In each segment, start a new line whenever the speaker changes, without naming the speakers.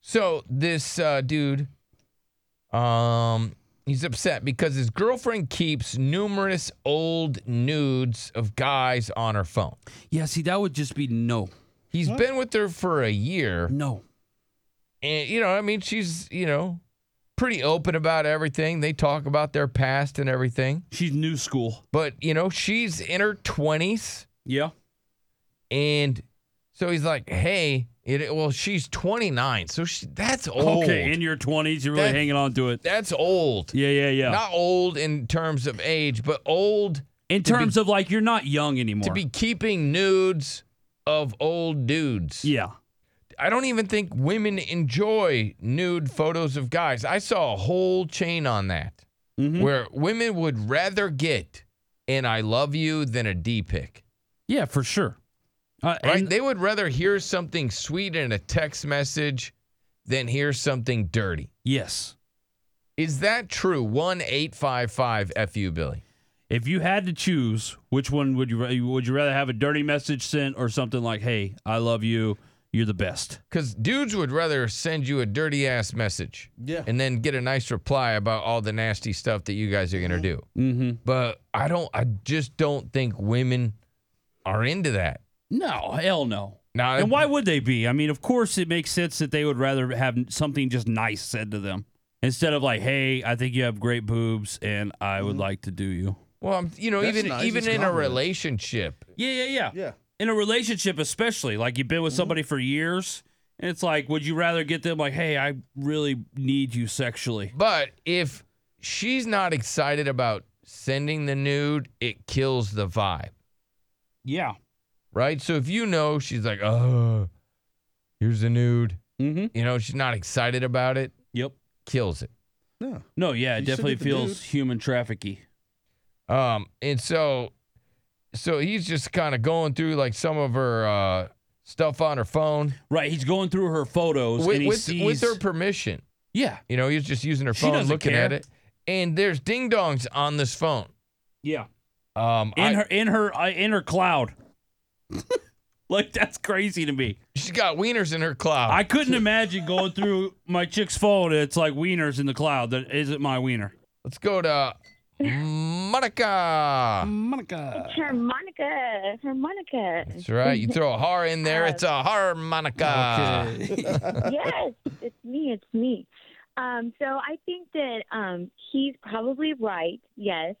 So this uh, dude, um, he's upset because his girlfriend keeps numerous old nudes of guys on her phone.
Yeah, see, that would just be no.
He's been with her for a year,
No.
and you know, I mean, she's you know, pretty open about everything. They talk about their past and everything,
She's new school.
but you know, she's in her twenties.
Yeah.
And so he's like, "Hey, it, well, she's 29, so she, that's old.
Okay, in your 20s, you're really
That-
hanging on to it.
that's old.
Yeah, yeah, yeah.
Not old in terms of age, but old
in terms of like, you're not young anymore.
to be keeping nudes of old dudes.
yeah.
I don't even think women enjoy nude photos of guys. I saw a whole chain on that
Mhm.
where women would rather get an "I love you" than a D pic.
Yeah, for sure. Uh,
Right?
and-
they would rather hear something sweet in a text message than hear something dirty.
yes.
Is that true? One eight five five fu Billy.
If you had to choose, which one would you ra- would you rather have a dirty message sent or something like, "Hey, I love you, you're the best."
Because dudes would rather send you a dirty ass message
Yeah.
and then get a nice reply about all the nasty stuff that you guys are gonna do.
Mm-hmm.
But I don't. I just don't think women are into that.
No, hell no.
Now,
And why would they be? I mean, of course, it makes sense that they would rather have something just nice said to them instead of like, "Hey, I think you have great boobs, and I would like to do you."
Well, I'm, you know,
That's
even
nice.
even
It's
in a
compliment.
relationship,
Yeah, yeah, yeah. Mm-hmm.
Yeah.
In a relationship, especially, like you've been with somebody for years, and it's like, would you rather get them like, "Hey, I really need you sexually"?
But if she's not excited about sending the nude, it kills the vibe,
Yeah.
right? So if you know she's like, oh, here's the nude,
Mm-hmm.
you know, she's not excited about it,
Yep.
kills it.
No.
No, yeah, it
You
definitely
should get the
feels human trafficky.
Um, and so, so he's just kind of going through like some of her uh, stuff on her phone
Right, he's going through her photos
with
and he
with,
sees.
with her permission.
yeah,
You know, he's just using her
E She
phone,
doesn't
looking at
care.
it, and there's ding dongs on this phone.
yeah.
Um,
In
I-
her, in her, uh, in her cloud. like that's crazy to me.
she's got wieners in her cloud.
I couldn't imagine going through my chick's phone. And it's like wieners in the cloud. That isn't my wiener.
Let's go to Monica.
Monica.
Harmonica, harmonica.
Uh, That's right. You throw a har in there, it's a
Uh,
harmonica.
yes, it's me. It's me. Um, so I think that um, he's probably right. Yes,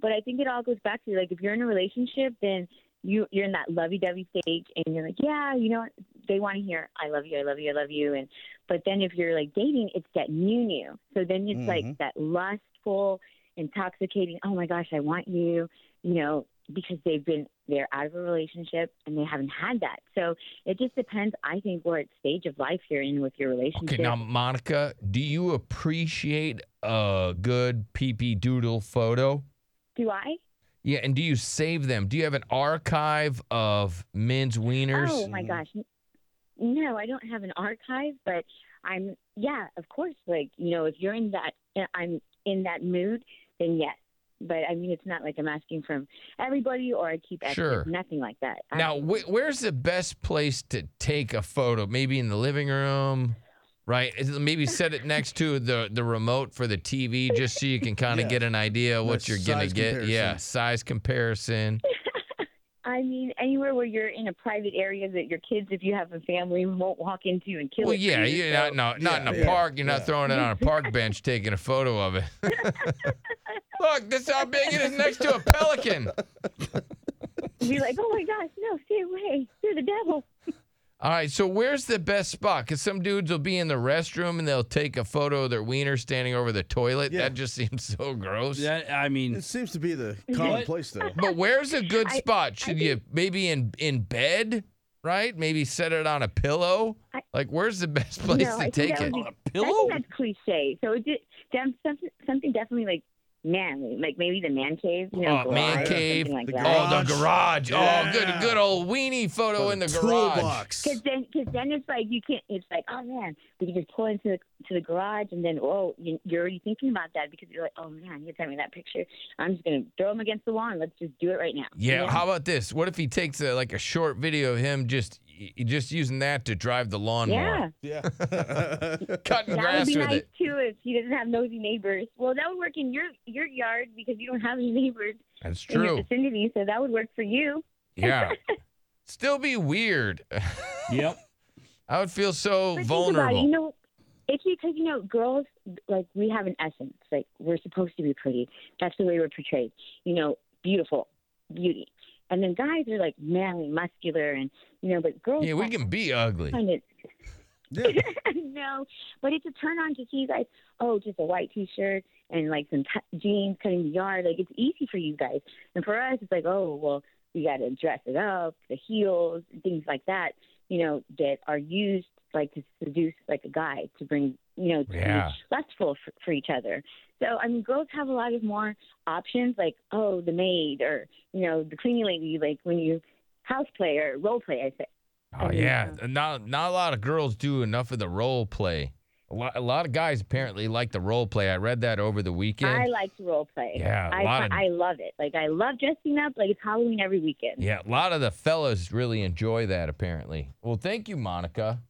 but I think it all goes back to like if you're in a relationship, then you you're in that lovey-dovey stage, and you're like, yeah, you know, they want to hear I love you, I love you, I love you, and but then if you're like dating, it's that new new. So then it's like
Mm-hmm.
that lustful, intoxicating. Oh my gosh, I want you. You know, because they've been they're out of a relationship and they haven't had that. So it just depends. I think what stage of life you're in with your relationship.
Okay, now Monica, do you appreciate a good peepee doodle photo?
Do I?
Yeah, and do you save them? Do you have an archive of men's wieners?
Oh my gosh. No, I don't have an archive, but I'm yeah, of course. Like you know, if you're in that, I'm in that mood, then yes. But I mean, it's not like I'm asking from everybody, or I keep asking
Sure.
nothing like that. I-
Now, wh- where's the best place to take a photo? Maybe in the living room, right? Is it- Maybe set it next to the, the remote for the TV just so you can kind of
Yeah.
get an idea of what
Nice
you're going
size
to get. Yeah,
comparison.
size comparison.
I mean, anywhere where you're in a private area that your kids, if you have a family, won't walk into and kill
Well,
it. for
yeah,
you,
you're not,
so-
no, not in a
Yeah, yeah,
park. You're not
yeah.
throwing it on a park bench taking a photo of it. Look, this is how big it is next to a pelican.
Be like, oh my gosh, no, stay away. You're the devil.
All right, so where's the best spot? Because some dudes will be in the restroom and they'll take a photo of their wiener standing over the toilet.
Yeah.
That just seems so gross.
That I mean,
It seems to be the common place, though.
But where's a good
I-
spot? Should you maybe in in bed, right? Maybe set it on a pillow.
I-
like, where's the best place
No,
to
I think
take
that
it?
would be
on a
I
pillow.
think that's cliche. So it did dem- something, something definitely like manly, like maybe the man cave. You know,
Oh, man
garage or
cave,
something
the
Like that.
Oh, the garage. Oh, good,
Yeah.
good old weenie photo in the garage.
toolbox.
Because then, cause then it's like you can't. It's like, oh man, we can just pull into the to the garage, and then oh, you, you're already thinking about that because you're like, oh man, you sent me that picture. I'm just gonna throw him against the wall and let's just do it right now.
Yeah.
You know?
How about this? What if he takes a, like a short video of him just y- you're just using that to drive the
Yeah.
lawnmower,
Yeah.
cutting
That would
grass
be
with
nice
it.
too if he doesn't have nosy neighbors. Well, that would work in your your yard because you don't have any neighbors
That's
in your
true.
vicinity, so that would work for you.
Yeah. Still be weird.
Yep.
I would feel so
But Think about it,
vulnerable.
you know, it's because you know girls like we have an essence. Like we're supposed to be pretty. That's the way we're portrayed. You know, beautiful, beauty. And then guys are like manly, muscular, and you know, but girls.
yeah, we can be ugly.
Find it.
yeah.
no, but it's a turn on to see you guys. Oh, just a white T-shirt and like some t- jeans, cutting the yard. Like it's easy for you guys, and for us, it's like, oh, well, we got to dress it up, the heels, things like that. You know, that are used like to seduce like a guy to bring you know to
Yeah.
be lustful for, for each other. So I mean, girls have a lot of more options, like oh, the maid or you know the cleaning lady, like when you house play or role play. I say.
Oh
mean,
yeah, not not a lot of girls do enough of the role play. A lot, a lot of guys apparently like the role play. I read that over the weekend.
I like to role play.
Yeah, a
I,
lot of-
I love it. Like I love dressing up. Like it's Halloween every weekend.
yeah, a lot of the fellas really enjoy that apparently. Well, thank you, Monica.